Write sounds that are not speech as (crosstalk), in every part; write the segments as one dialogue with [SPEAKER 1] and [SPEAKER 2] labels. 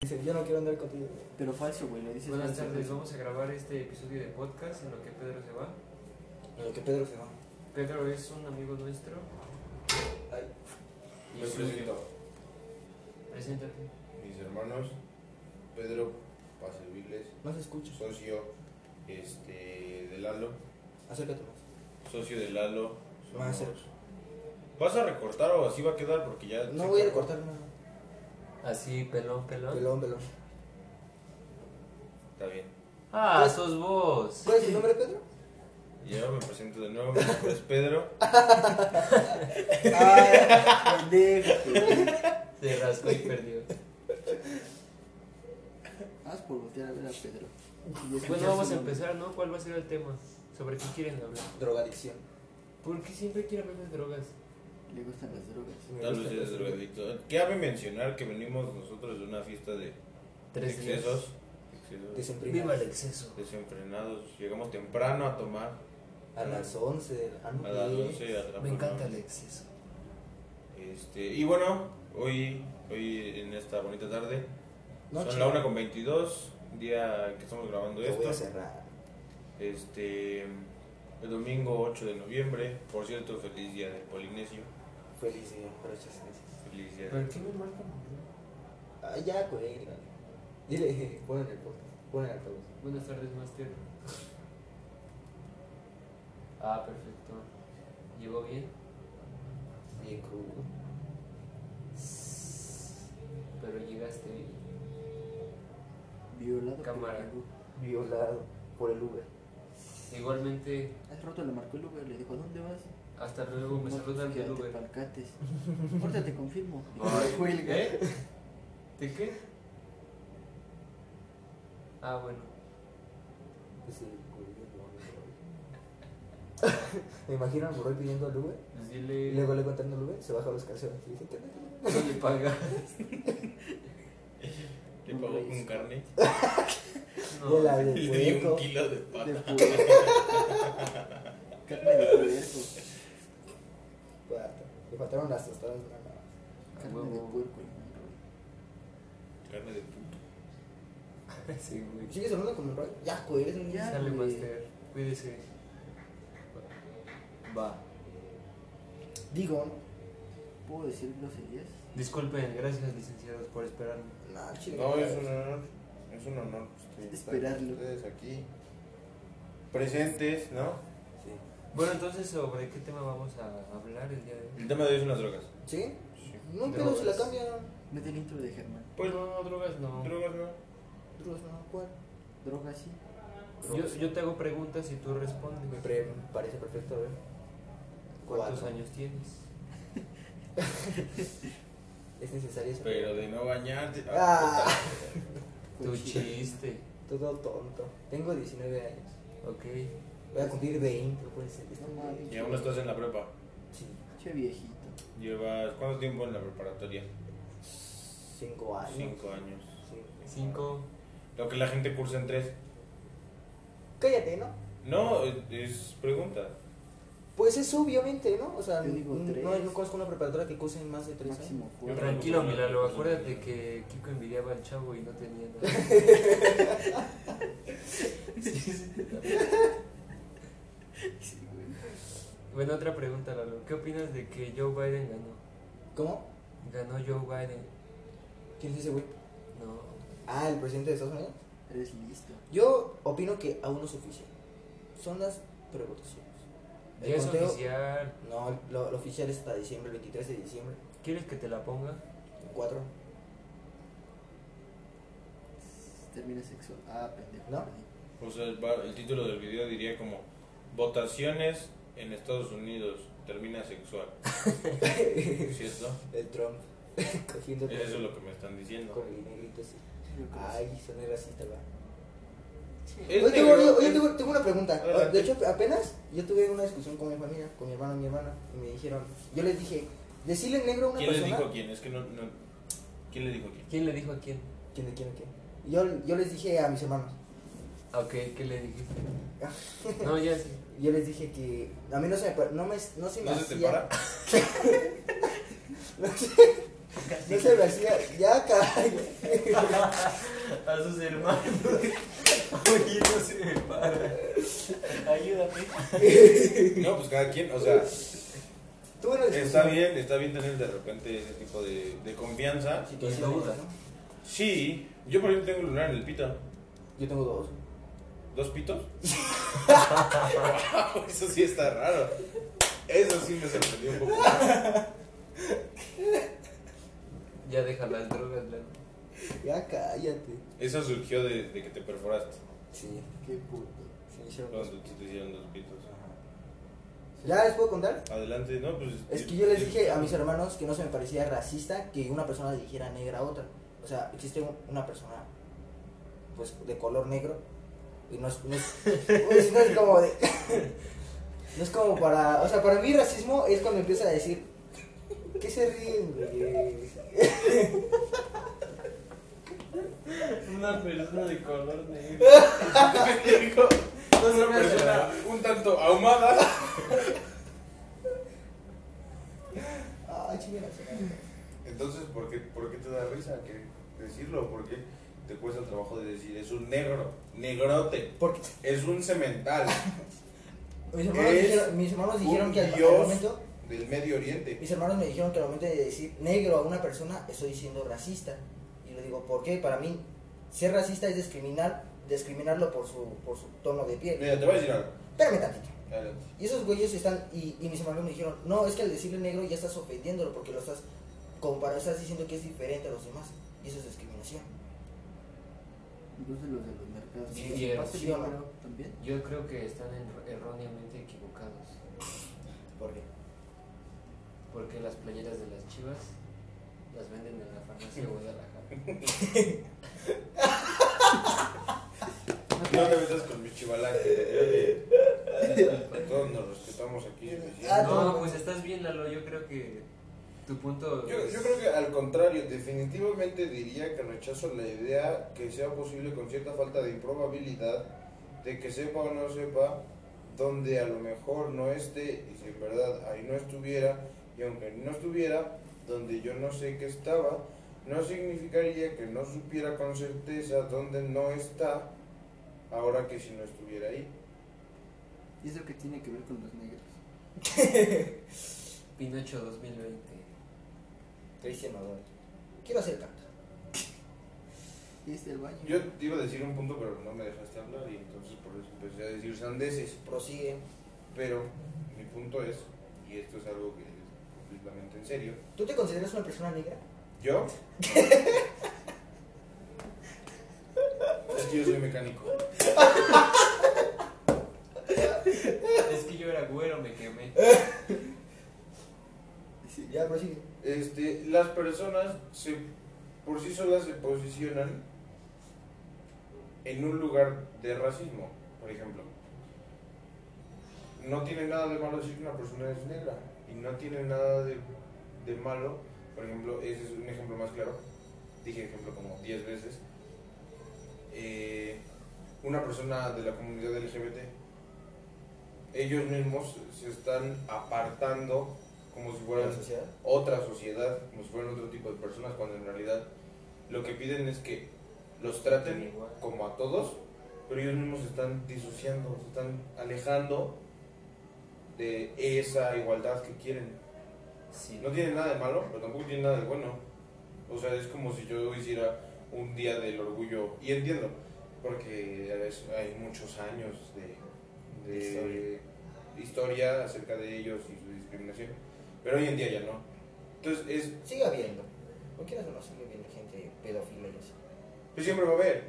[SPEAKER 1] Dice, yo no quiero andar contigo.
[SPEAKER 2] Pero falso, güey, lo dices
[SPEAKER 3] Buenas
[SPEAKER 2] falso, (laughs)
[SPEAKER 3] tardes,
[SPEAKER 2] güey.
[SPEAKER 3] vamos a grabar este episodio de podcast en lo que Pedro se va.
[SPEAKER 1] Lo que Pedro se va.
[SPEAKER 3] Pedro es un amigo nuestro.
[SPEAKER 1] Ay.
[SPEAKER 3] Y
[SPEAKER 4] Me
[SPEAKER 3] su-
[SPEAKER 4] presento
[SPEAKER 3] Preséntate.
[SPEAKER 4] mis hermanos, Pedro, para servirles,
[SPEAKER 1] No se escucha.
[SPEAKER 4] socio este, de Lalo,
[SPEAKER 1] Acércate más.
[SPEAKER 4] socio de Lalo.
[SPEAKER 1] Más
[SPEAKER 4] somos-
[SPEAKER 1] cerca.
[SPEAKER 4] ¿Vas a recortar o así va a quedar? Porque ya.
[SPEAKER 1] No
[SPEAKER 4] se
[SPEAKER 1] voy a
[SPEAKER 4] acabó.
[SPEAKER 1] recortar nada.
[SPEAKER 3] Así, pelón, pelón.
[SPEAKER 1] Pelón, pelón.
[SPEAKER 4] Está bien.
[SPEAKER 3] Ah,
[SPEAKER 1] Pues-
[SPEAKER 3] sos vos.
[SPEAKER 1] ¿Cuál es tu nombre, Pedro?
[SPEAKER 4] Y ahora me presento de nuevo, mi nombre es Pedro.
[SPEAKER 2] Ah, pendejo, güey.
[SPEAKER 3] Se rascó y (laughs) perdió.
[SPEAKER 2] Haz por voltear a ver a Pedro.
[SPEAKER 3] Bueno, vamos a empezar, ¿no? ¿Cuál va a ser el tema? ¿Sobre qué quieren hablar?
[SPEAKER 1] Drogadicción.
[SPEAKER 3] ¿Por qué siempre quieren hablar de drogas?
[SPEAKER 2] Le gustan las drogas.
[SPEAKER 1] (laughs) Me
[SPEAKER 4] Tal
[SPEAKER 1] gusta
[SPEAKER 4] vez es
[SPEAKER 1] eso.
[SPEAKER 4] drogadicto. Cabe mencionar que venimos nosotros de una fiesta de
[SPEAKER 3] Tres días.
[SPEAKER 4] excesos. excesos
[SPEAKER 1] Desemprimido.
[SPEAKER 3] Viva el exceso.
[SPEAKER 4] Desenfrenados. Llegamos temprano a tomar.
[SPEAKER 1] A las 11 de la
[SPEAKER 4] A las
[SPEAKER 1] noche.
[SPEAKER 4] 12 atrapamos.
[SPEAKER 3] Me encanta el exceso.
[SPEAKER 4] Este, y bueno, hoy, hoy en esta bonita tarde,
[SPEAKER 1] Noche.
[SPEAKER 4] son la 1 con 22, día que estamos grabando
[SPEAKER 1] Lo voy a
[SPEAKER 4] esto.
[SPEAKER 1] cerrar.
[SPEAKER 4] Este, el domingo 8 de noviembre, por cierto, feliz día del Polinesio.
[SPEAKER 1] Feliz día. Gracias, gracias.
[SPEAKER 4] Feliz día.
[SPEAKER 3] ¿Por qué me marcan?
[SPEAKER 1] Ah, ya, güey. Dile, (laughs) jeje, ponen el podcast. Ponen el altavoz.
[SPEAKER 3] Buenas tardes, Master. Ah, perfecto. ¿Llegó bien?
[SPEAKER 1] Bien crudo.
[SPEAKER 3] Pero llegaste bien.
[SPEAKER 2] Violado.
[SPEAKER 3] Cámara.
[SPEAKER 2] por el Uber.
[SPEAKER 1] Violado por el Uber.
[SPEAKER 3] Igualmente,
[SPEAKER 2] Hace rato le marcó el Uber, le dijo, ¿a dónde vas?
[SPEAKER 3] hasta luego me
[SPEAKER 2] No,
[SPEAKER 3] saludan
[SPEAKER 2] pues,
[SPEAKER 3] del
[SPEAKER 2] quédate
[SPEAKER 3] Uber.
[SPEAKER 2] Palcates. Ahorita te
[SPEAKER 3] (laughs)
[SPEAKER 2] confirmo.
[SPEAKER 3] Ay,
[SPEAKER 2] Cuelga.
[SPEAKER 3] ¿eh? ¿De qué? Ah, bueno.
[SPEAKER 1] Ese güey, no, no, no. (laughs) Me imagino al burro pidiendo el Uber.
[SPEAKER 3] Pues
[SPEAKER 1] Y
[SPEAKER 3] dile.
[SPEAKER 1] luego le contando el Uber, se baja los calzones. Y dice, ¿qué tal?
[SPEAKER 3] No le
[SPEAKER 1] (laughs)
[SPEAKER 3] pagas.
[SPEAKER 4] Le pagó con carne
[SPEAKER 1] De la
[SPEAKER 3] No.
[SPEAKER 1] de
[SPEAKER 4] y (laughs) le dio
[SPEAKER 1] puerco.
[SPEAKER 4] un kilo de
[SPEAKER 2] De
[SPEAKER 4] pata.
[SPEAKER 2] puerco. Carne de puerco.
[SPEAKER 1] Guata. Le faltaron las tostadas nada más.
[SPEAKER 2] Carne de
[SPEAKER 3] huevo.
[SPEAKER 2] puerco. y-
[SPEAKER 4] Carne de puto.
[SPEAKER 3] Sí, güey.
[SPEAKER 1] ¿Sigues hablando con el Roy? Ya, güey, eres un ya.
[SPEAKER 3] Sale,
[SPEAKER 1] güey.
[SPEAKER 3] Master. Cuídese. Va.
[SPEAKER 1] Digo,
[SPEAKER 2] ¿Puedo decir groserías?
[SPEAKER 3] Disculpen, gracias, licenciados, por esperarme.
[SPEAKER 1] no, chile.
[SPEAKER 4] No, es un honor. Es un honor estar
[SPEAKER 2] Esperarlo.
[SPEAKER 4] ustedes aquí. Presentes, ¿no?
[SPEAKER 1] Sí.
[SPEAKER 3] Bueno, entonces, ¿sobre qué tema vamos a hablar el día de hoy?
[SPEAKER 4] El tema de hoy son las drogas.
[SPEAKER 1] ¿Sí?
[SPEAKER 4] Sí.
[SPEAKER 1] No, pero si la
[SPEAKER 3] Drogas.
[SPEAKER 1] cambia.
[SPEAKER 2] Mete el intro de Germán.
[SPEAKER 4] Pues,
[SPEAKER 3] no, no, drogas no.
[SPEAKER 4] drogas no.
[SPEAKER 1] Drogas, no, ¿cuál?
[SPEAKER 2] Droga sí.
[SPEAKER 3] Yo, yo te hago preguntas y tú respondes.
[SPEAKER 1] Me pre- me parece perfecto, a ver.
[SPEAKER 3] ¿Cuántos
[SPEAKER 1] Cuatro.
[SPEAKER 3] años tienes?
[SPEAKER 1] Es necesario eso.
[SPEAKER 4] Pero de no bañarte.
[SPEAKER 1] Ah,
[SPEAKER 3] Tu chiste.
[SPEAKER 1] (laughs) todo tonto. Tengo 19 años.
[SPEAKER 3] Ok.
[SPEAKER 1] Voy a cumplir 20, puede ser.
[SPEAKER 2] No mames.
[SPEAKER 4] Y aún estás en la prepa.
[SPEAKER 1] Sí,
[SPEAKER 2] Che viejito.
[SPEAKER 4] Llevas cuánto tiempo en la preparatoria?
[SPEAKER 1] 5 años.
[SPEAKER 4] Cinco años.
[SPEAKER 1] Sí.
[SPEAKER 3] Cinco.
[SPEAKER 4] Lo que la gente cursa en tres.
[SPEAKER 1] Cállate, ¿no?
[SPEAKER 4] No, es- es pregunta.
[SPEAKER 1] Pues es obviamente, ¿no? O sea,
[SPEAKER 2] Yo digo
[SPEAKER 1] n-
[SPEAKER 2] tres.
[SPEAKER 1] no, no conozco una preparatoria que cose en más de 3 años.
[SPEAKER 2] Máximo cuatro.
[SPEAKER 3] Tranquilo, Milalo. Acuérdate que Kiko envidiaba al chavo y no tenía nada. (laughs)
[SPEAKER 2] Sí, güey.
[SPEAKER 3] Bueno, otra pregunta, Lalo. ¿Qué opinas de que Joe Biden ganó?
[SPEAKER 1] ¿Cómo?
[SPEAKER 3] Ganó Joe Biden.
[SPEAKER 1] ¿Quién es ese güey?
[SPEAKER 3] No.
[SPEAKER 1] Ah, el presidente de Estados Unidos.
[SPEAKER 2] Eres listo.
[SPEAKER 1] Yo opino que aún no es oficial. Son las prevotaciones. El
[SPEAKER 3] Ya es
[SPEAKER 1] conteo-
[SPEAKER 3] oficial.
[SPEAKER 1] No, lo, lo oficial es hasta diciembre, el 23 de diciembre.
[SPEAKER 3] ¿Quieres que te la ponga?
[SPEAKER 1] 4.
[SPEAKER 2] Termina sexual. Ah, pendejo.
[SPEAKER 1] ¿No?
[SPEAKER 4] O sea, el, va- el título del video diría como Votaciones en Estados Unidos termina
[SPEAKER 1] (laughs)
[SPEAKER 4] sexual. ¿Cierto?
[SPEAKER 1] (laughs) el Trump. (laughs) Cogiendo
[SPEAKER 4] Eso es
[SPEAKER 1] con-
[SPEAKER 4] lo que me están diciendo.
[SPEAKER 1] con el dinerito así.
[SPEAKER 2] Yo creo que
[SPEAKER 1] Ay, soné racista, va.
[SPEAKER 4] Es
[SPEAKER 1] Oye, tengo,
[SPEAKER 4] negro,
[SPEAKER 1] oye,
[SPEAKER 4] es-
[SPEAKER 1] tengo- tengo una pregunta.
[SPEAKER 4] Adelante.
[SPEAKER 1] De hecho, apenas yo tuve una discusión con mi familia, con mi hermano y mi hermana, y me dijeron, yo les dije, decirle negro a una
[SPEAKER 4] ¿Quién les
[SPEAKER 1] persona...
[SPEAKER 4] dijo a quién? Es que no, no- ¿Quién le dijo a quién?
[SPEAKER 3] ¿Quién le dijo a quién?
[SPEAKER 1] ¿Quién de quién de quién? Yo, yo les dije a mis hermanos,
[SPEAKER 3] Ah, Ok, ¿qué le (laughs) dijiste? No, ya sí.
[SPEAKER 1] yo les dije que (laughs) a mí no se me, pa- no me, no se me
[SPEAKER 4] ¿No se
[SPEAKER 1] hacía...
[SPEAKER 4] te para?
[SPEAKER 1] no sé. No se me hacía. Ya, caray.
[SPEAKER 3] A sus hermanos. (laughs) Oye, no se me para. Ayúdame.
[SPEAKER 4] No, pues cada quien, o sea,
[SPEAKER 1] Tuve una discusión. (laughs)
[SPEAKER 4] está bien, está bien tener de repente ese tipo de, de confianza.
[SPEAKER 1] Situaciones,
[SPEAKER 3] En duda.
[SPEAKER 1] ¿no?
[SPEAKER 4] Sí, yo por ejemplo tengo el lunar en el pito.
[SPEAKER 1] Yo tengo dos.
[SPEAKER 4] ¿Dos
[SPEAKER 1] (laughs)
[SPEAKER 4] pitos? Wow, eso sí está raro. Eso sí me sorprendió un poco.
[SPEAKER 3] Ya deja las drogas, Lalo.
[SPEAKER 1] Ya, cállate.
[SPEAKER 4] Eso surgió de, de que te perforaste.
[SPEAKER 1] Sí,
[SPEAKER 2] Qué puto.
[SPEAKER 1] se me hicieron dos.
[SPEAKER 4] Cuando te hicieron dos pitos.
[SPEAKER 1] ¿Ya les puedo contar?
[SPEAKER 4] Adelante, no, pues.
[SPEAKER 1] Es que yo les dije a mis hermanos que no se me parecía racista que una persona le dijera negra a otra. O sea, existe un- una persona pues de color negro y no es, no es, (laughs) pues, no es como de (laughs) no es como para, o sea, para mí racismo es cuando empiezas a decir ¿Qué se ríen, güey?"
[SPEAKER 3] Una persona de color negro. No se
[SPEAKER 4] Una
[SPEAKER 3] me hace
[SPEAKER 4] persona
[SPEAKER 3] raro.
[SPEAKER 4] un tanto ahumada.
[SPEAKER 1] Ay, chingados.
[SPEAKER 4] Entonces, ¿por qué, por qué te da risa que decirlo? ¿Por qué te cuesta trabajo de decir es un negro, negrote,
[SPEAKER 1] Porque
[SPEAKER 4] es un cemental
[SPEAKER 1] mis hermanos,
[SPEAKER 4] Es
[SPEAKER 1] dijeron, mis hermanos dijeron
[SPEAKER 4] un
[SPEAKER 1] que al, al
[SPEAKER 4] dios.
[SPEAKER 1] momento
[SPEAKER 4] del Medio Oriente?
[SPEAKER 1] Mis hermanos me dijeron que al momento de decir negro a una persona estoy siendo racista. Y le digo, ¿por qué? Para mí, ser racista es discriminar, discriminarlo por su, por su tono de piel.
[SPEAKER 4] Mira, te voy a decir algo.
[SPEAKER 1] Espérame tantito.
[SPEAKER 4] Adelante.
[SPEAKER 1] Y esos güeyes están, y, y mis hermanos me dijeron, no, es que al decirle negro ya estás ofendiéndolo porque lo estás comparando, estás diciendo que es diferente a los demás. Y eso es discriminación.
[SPEAKER 2] Incluso los de los mercados.
[SPEAKER 3] Sí,
[SPEAKER 2] ¿no?
[SPEAKER 3] sí,
[SPEAKER 2] Pase
[SPEAKER 1] sí,
[SPEAKER 2] bien,
[SPEAKER 1] ¿no?
[SPEAKER 2] pero también.
[SPEAKER 3] Yo creo que están en- erróneamente equivocados.
[SPEAKER 1] ¿Por qué?
[SPEAKER 3] Porque las playeras de las chivas las venden en la farmacia de Guadalajara.
[SPEAKER 4] No te metas con mi chivalaje. Todos nos respetamos aquí.
[SPEAKER 1] Ah,
[SPEAKER 4] ¿no?
[SPEAKER 3] No, pues estás bien, Lalo. Yo creo que tu punto.
[SPEAKER 4] Yo, yo creo que al contrario, definitivamente diría que rechazo la idea que sea posible con cierta falta de improbabilidad de que sepa o no sepa donde a lo mejor no esté y si en verdad ahí no estuviera y aunque no estuviera donde yo no sé que estaba no significaría que no supiera con certeza dónde no está ahora que si no estuviera ahí.
[SPEAKER 2] ¿Y eso que tiene que ver con los negros?
[SPEAKER 3] Pinocho 2020.
[SPEAKER 4] (laughs)
[SPEAKER 1] Cristian Odón. Quiero hacer canto.
[SPEAKER 2] Y es del baño.
[SPEAKER 4] Yo te iba a decir un punto pero no me dejaste hablar y entonces por eso empecé a decir sandeces.
[SPEAKER 1] Prosigue.
[SPEAKER 4] Pero mi punto es, y esto es algo que es completamente en serio,
[SPEAKER 1] ¿Tú te consideras una persona negra?
[SPEAKER 4] yo... es que yo soy mecánico.
[SPEAKER 3] Es que yo era güero, me quemé.
[SPEAKER 4] Eh,
[SPEAKER 2] Sí,
[SPEAKER 1] Ya, prosigue.
[SPEAKER 4] Este, las personas se, por sí solas se posicionan en un lugar de racismo, por ejemplo. No tiene nada de malo decir que una persona es negra y no tiene nada de, de malo, por ejemplo, ese es un ejemplo más claro, dije ejemplo como 10 veces, Eh, una persona de la comunidad LGBT, ellos mismos se están apartando como si
[SPEAKER 1] ¿De
[SPEAKER 4] fueran
[SPEAKER 1] la sociedad?
[SPEAKER 4] otra sociedad, como si fueran otro tipo de personas, cuando en realidad lo que piden es que los traten
[SPEAKER 3] Igual.
[SPEAKER 4] como a todos, pero ellos mismos se están disociando, se están alejando de esa igualdad que quieren.
[SPEAKER 3] Sí.
[SPEAKER 4] No tiene nada de malo, pero tampoco tiene nada de bueno. O sea, es como si yo hiciera un día del orgullo, y entiendo, porque es- hay muchos años de, de historia. acerca de ellos y su discriminación, pero hoy en día ya no. Entonces, es,
[SPEAKER 1] Sigue habiendo. No quieras o no, sigue habiendo gente pedófila y así.
[SPEAKER 4] pues siempre va a haber.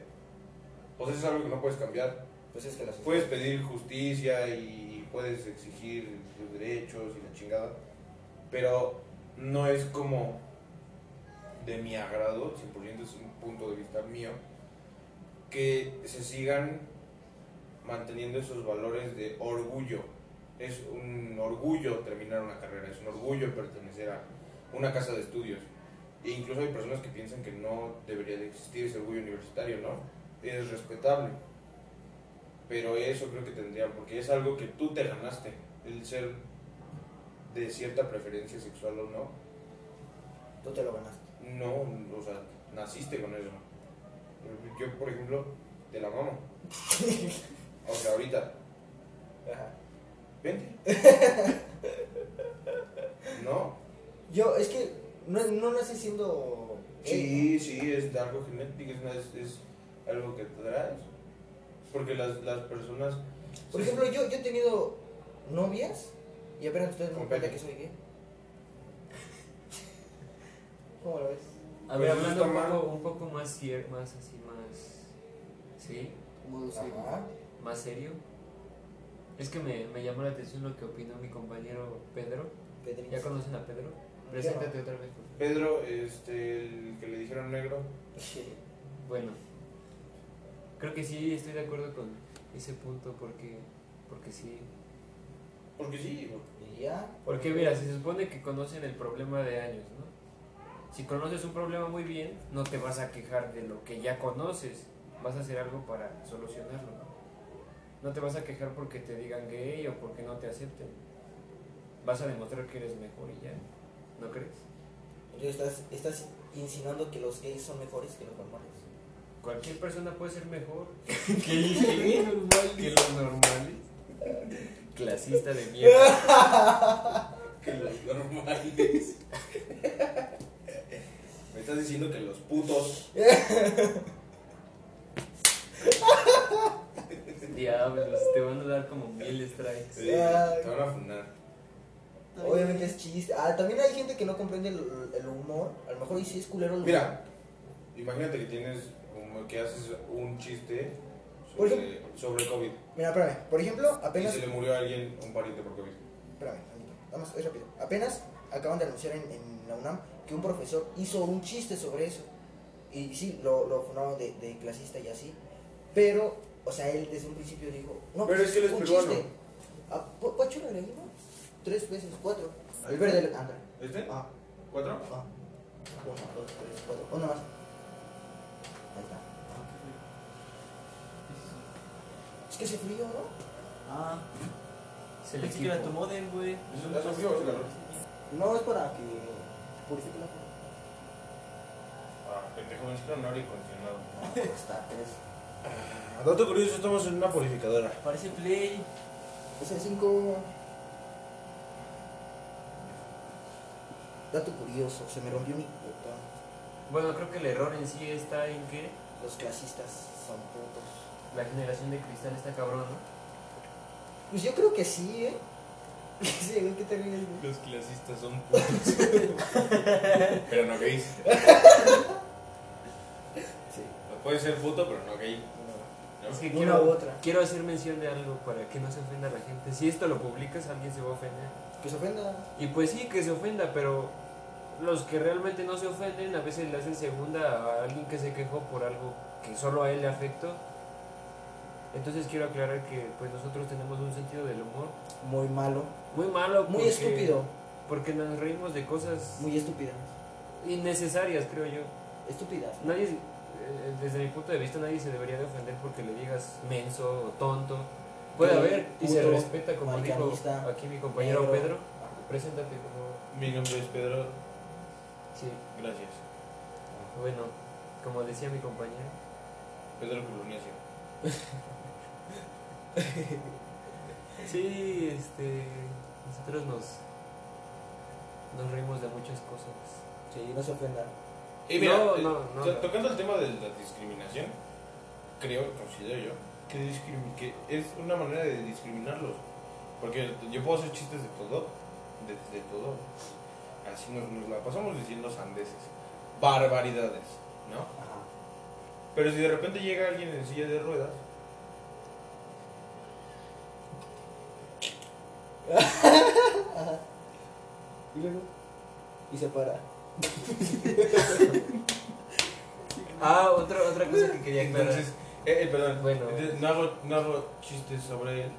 [SPEAKER 4] O sea, es algo que no puedes cambiar.
[SPEAKER 1] Pues es que la sociedad.
[SPEAKER 4] Puedes pedir justicia y puedes exigir tus derechos y la chingada, pero no es como de mi agrado, 100% es un punto de vista mío, que se sigan manteniendo esos valores de orgullo. Es un orgullo terminar una carrera, es un orgullo pertenecer a una casa de estudios. E incluso hay personas que piensan que no debería de existir ese orgullo universitario, ¿no? Es respetable. Pero eso creo que tendría, porque es algo que tú te ganaste, el ser de cierta preferencia sexual o no.
[SPEAKER 1] Tú te lo ganaste.
[SPEAKER 4] No, o sea, naciste con eso. Yo, por ejemplo, te la mamo. O sea, ahorita. Vente. No.
[SPEAKER 1] Yo, es que no, no nací siendo. gay,
[SPEAKER 4] Sí, sí, es algo genético, es, una- es- es algo que te traes. Porque las, las personas...
[SPEAKER 1] ¿no? Por ejemplo, yo, yo he tenido novias y apenas ustedes me dan cuenta que soy gay. ¿Cómo lo ves?
[SPEAKER 3] A ver,
[SPEAKER 4] Pues
[SPEAKER 3] hablando un
[SPEAKER 4] está
[SPEAKER 3] poco, un poco más, cier- más así, más. Sí,
[SPEAKER 2] Modo serio.
[SPEAKER 1] Ajá.
[SPEAKER 3] más serio. Es que me, me llamó la atención lo que opinó mi compañero Pedro.
[SPEAKER 1] Que tenemos-
[SPEAKER 3] ¿Ya conocen a Pedro?
[SPEAKER 1] (laughs)
[SPEAKER 3] Preséntate otra vez, por favor.
[SPEAKER 4] Pedro, este, el que le dijeron negro,
[SPEAKER 3] Bueno, creo que sí estoy de acuerdo con ese punto porque, porque sí.
[SPEAKER 4] porque sí, porque-
[SPEAKER 1] Y ya.
[SPEAKER 3] Porque mira, se supone que conocen el problema de años, ¿no? Si conoces un problema muy bien, no te vas a quejar de lo que ya conoces, vas a hacer algo para solucionarlo. No te vas a quejar porque te digan gay o porque no te acepten. Vas a demostrar que eres mejor y ya. ¿No crees?
[SPEAKER 1] Entonces estás, estás insinuando que los gays son mejores que los normales.
[SPEAKER 3] Cualquier persona puede ser mejor (laughs) que, que, que los normales. Clasista de mierda.
[SPEAKER 4] que los normales. (laughs) Me estás diciendo que los putos...
[SPEAKER 3] Diablos, te van a dar como mil strikes.
[SPEAKER 4] eh, te van a funar.
[SPEAKER 1] Obviamente es chiste. Ah, también hay gente que no comprende el, el humor. A lo mejor y sí es culero el humor.
[SPEAKER 4] Mira, imagínate que tienes, como que haces un chiste
[SPEAKER 1] Por
[SPEAKER 4] sobre, sobre COVID.
[SPEAKER 1] Mira, espérame. Por ejemplo,
[SPEAKER 4] Y
[SPEAKER 1] apenas.
[SPEAKER 4] se le murió a alguien, un pariente por COVID.
[SPEAKER 1] Espérame, tantito. vamos, es rápido. Apenas acaban de anunciar en, en la UNAM que un profesor hizo un chiste sobre eso. Y sí, lo, lo funaron de, de clasista y así. Pero, o sea, él desde un principio dijo: No, pues,
[SPEAKER 4] Pero es que él es
[SPEAKER 1] un
[SPEAKER 4] peruano.
[SPEAKER 1] chiste. Ah, ¿cu- ¿Cuánto le dimos? Tres veces, cuatro. El verde, André.
[SPEAKER 4] ¿Este?
[SPEAKER 1] Ah,
[SPEAKER 4] ¿Cuatro?
[SPEAKER 1] ah. Uno, dos, tres, cuatro. Uno más. Ahí está. Es que se frío, ¿no?
[SPEAKER 5] Ah,
[SPEAKER 3] Es el
[SPEAKER 5] pensé que era tu
[SPEAKER 3] equipo.
[SPEAKER 5] modem, güey.
[SPEAKER 4] ¿Estás en frío o es calor?
[SPEAKER 1] No, es para que purifique la agua.
[SPEAKER 4] Ah, pendejo, es un aire acondicionado.
[SPEAKER 1] Ah, está, tres.
[SPEAKER 4] Dato curioso, estamos en una purificadora.
[SPEAKER 5] Parece Play.
[SPEAKER 1] Es el 5. Dato curioso, se me rompió mi puta.
[SPEAKER 3] Bueno, creo que el error en sí está en que
[SPEAKER 1] Los clasistas son putos.
[SPEAKER 3] la generación de cristal está cabrón, ¿no?
[SPEAKER 1] Pues yo creo que sí, ¿eh? (laughs) Sí, ¿de ¿qué te ríes? güey?
[SPEAKER 4] Los clasistas son putos. pero no gays.
[SPEAKER 1] Sí.
[SPEAKER 4] Puede ser puto, pero no gay.
[SPEAKER 3] Es que
[SPEAKER 1] Una
[SPEAKER 3] quiero,
[SPEAKER 1] u otra.
[SPEAKER 3] quiero hacer mención de algo para que no se ofenda la gente. Si esto lo publicas, alguien se va a ofender.
[SPEAKER 1] Que se ofenda.
[SPEAKER 3] Y pues sí, que se ofenda, pero los que realmente no se ofenden a veces le hacen segunda a alguien que se quejó por algo que solo a él le afectó. Entonces quiero aclarar que pues nosotros tenemos un sentido del humor
[SPEAKER 1] Muy malo.
[SPEAKER 3] muy malo,
[SPEAKER 1] Muy
[SPEAKER 3] porque-
[SPEAKER 1] estúpido.
[SPEAKER 3] porque nos reímos de cosas
[SPEAKER 1] Muy estúpida.
[SPEAKER 3] innecesarias, creo yo.
[SPEAKER 1] Estúpida.
[SPEAKER 3] Nadie, eh, desde mi punto de vista, nadie se debería de ofender porque le digas menso o tonto. Puede
[SPEAKER 1] Gay,
[SPEAKER 3] haber y se
[SPEAKER 1] puto,
[SPEAKER 3] respeta, como dijo
[SPEAKER 1] maricanista,
[SPEAKER 3] aquí mi compañero
[SPEAKER 1] negro.
[SPEAKER 3] Pedro. Preséntate como.
[SPEAKER 4] Mi nombre es Pedro,
[SPEAKER 3] Sí.
[SPEAKER 4] gracias.
[SPEAKER 3] Bueno, como decía mi compañero,
[SPEAKER 4] Pedro Coloniacio.
[SPEAKER 3] sí, este, nosotros nos, nos reímos de muchas cosas.
[SPEAKER 1] Sí, no se ofenda.
[SPEAKER 4] Y mira,
[SPEAKER 3] No,
[SPEAKER 4] eh,
[SPEAKER 3] no, no,
[SPEAKER 4] to-
[SPEAKER 3] no.
[SPEAKER 4] tocando el tema de la discriminación, creo, considero yo, que, discrimi- que es una manera de discriminarlos. Porque yo puedo hacer chistes de todo, de, de todo. Así nos, nos la pasamos diciendo sandeces, barbaridades, ¿no?
[SPEAKER 1] Ajá.
[SPEAKER 4] Pero si de repente llega alguien en silla de ruedas,
[SPEAKER 1] Ajá. Y luego. Y se para.
[SPEAKER 3] Ah, otra, otra cosa que quería aclarar.
[SPEAKER 4] entonces, eh, eh, perdón,
[SPEAKER 3] Bueno.
[SPEAKER 4] entonces, no, hago, no hago chistes sobre él.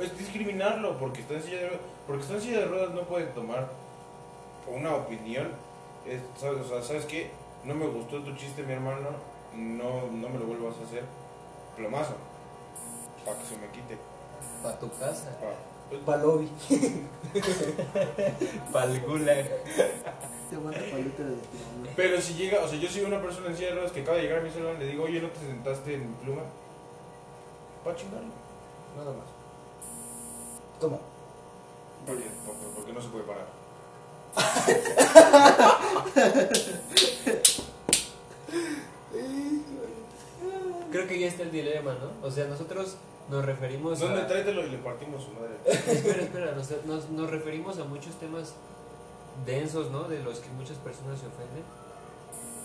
[SPEAKER 4] Es discriminarlo porque está en silla de ruedas, porque está en silla de ruedas no puede tomar una opinión. Es, ¿sabes? O sea, ¿sabes qué? No me gustó tu chiste, mi hermano. No, no me lo vuelvas a hacer. Plomazo. Para que se me quite.
[SPEAKER 3] Para tu casa.
[SPEAKER 4] Pa-
[SPEAKER 1] Palovi.
[SPEAKER 3] Palgula.
[SPEAKER 2] Te Este aguanta paleta de tu mamá.
[SPEAKER 4] Pero si llega, o sea, yo soy una persona en silla de ruedas que acaba de llegar a mi salón y le digo, oye, ¿no te sentaste en mi pluma? Va a chingarlo. Nada más.
[SPEAKER 1] ¿Cómo?
[SPEAKER 4] Porque, porque- porque no se puede parar.
[SPEAKER 3] Creo que ya está el dilema, ¿no? O sea, nosotros nos referimos
[SPEAKER 4] ¿Dónde
[SPEAKER 3] a...
[SPEAKER 4] tráetelo y le partimos su madre?
[SPEAKER 3] eh, Espera, espera, nos, nos- nos referimos a muchos temas densos, ¿no? De los que muchas personas se ofenden.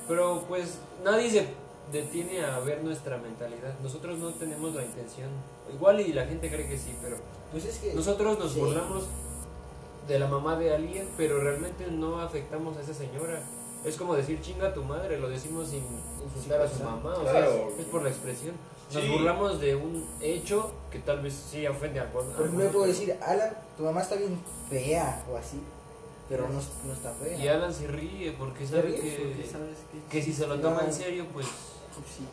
[SPEAKER 3] Pero pues nadie se detiene a ver nuestra mentalidad. Nosotros no tenemos la intención. Igual y la gente cree que sí, pero
[SPEAKER 1] Pues es que.
[SPEAKER 3] nosotros nos
[SPEAKER 1] Sí.
[SPEAKER 3] burlamos de la mamá de alguien, pero realmente no afectamos a esa señora. Es como decir chinga a tu madre, lo decimos sin insultar a su
[SPEAKER 1] pensar.
[SPEAKER 3] mamá, o sea,
[SPEAKER 4] Claro.
[SPEAKER 3] es, es por la expresión. Nos
[SPEAKER 4] Sí.
[SPEAKER 3] burlamos de un hecho que tal vez sí ofende a algunos.
[SPEAKER 1] Por ejemplo, yo puedo decir, Alan, tu mamá está bien fea o así, pero no, no está fea.
[SPEAKER 3] Y Alan se ríe porque sabe
[SPEAKER 1] ríes?
[SPEAKER 2] Porque
[SPEAKER 3] que,
[SPEAKER 2] sabes que.
[SPEAKER 3] que si se lo
[SPEAKER 1] No.
[SPEAKER 3] toma en serio, pues,
[SPEAKER 2] Pues sí.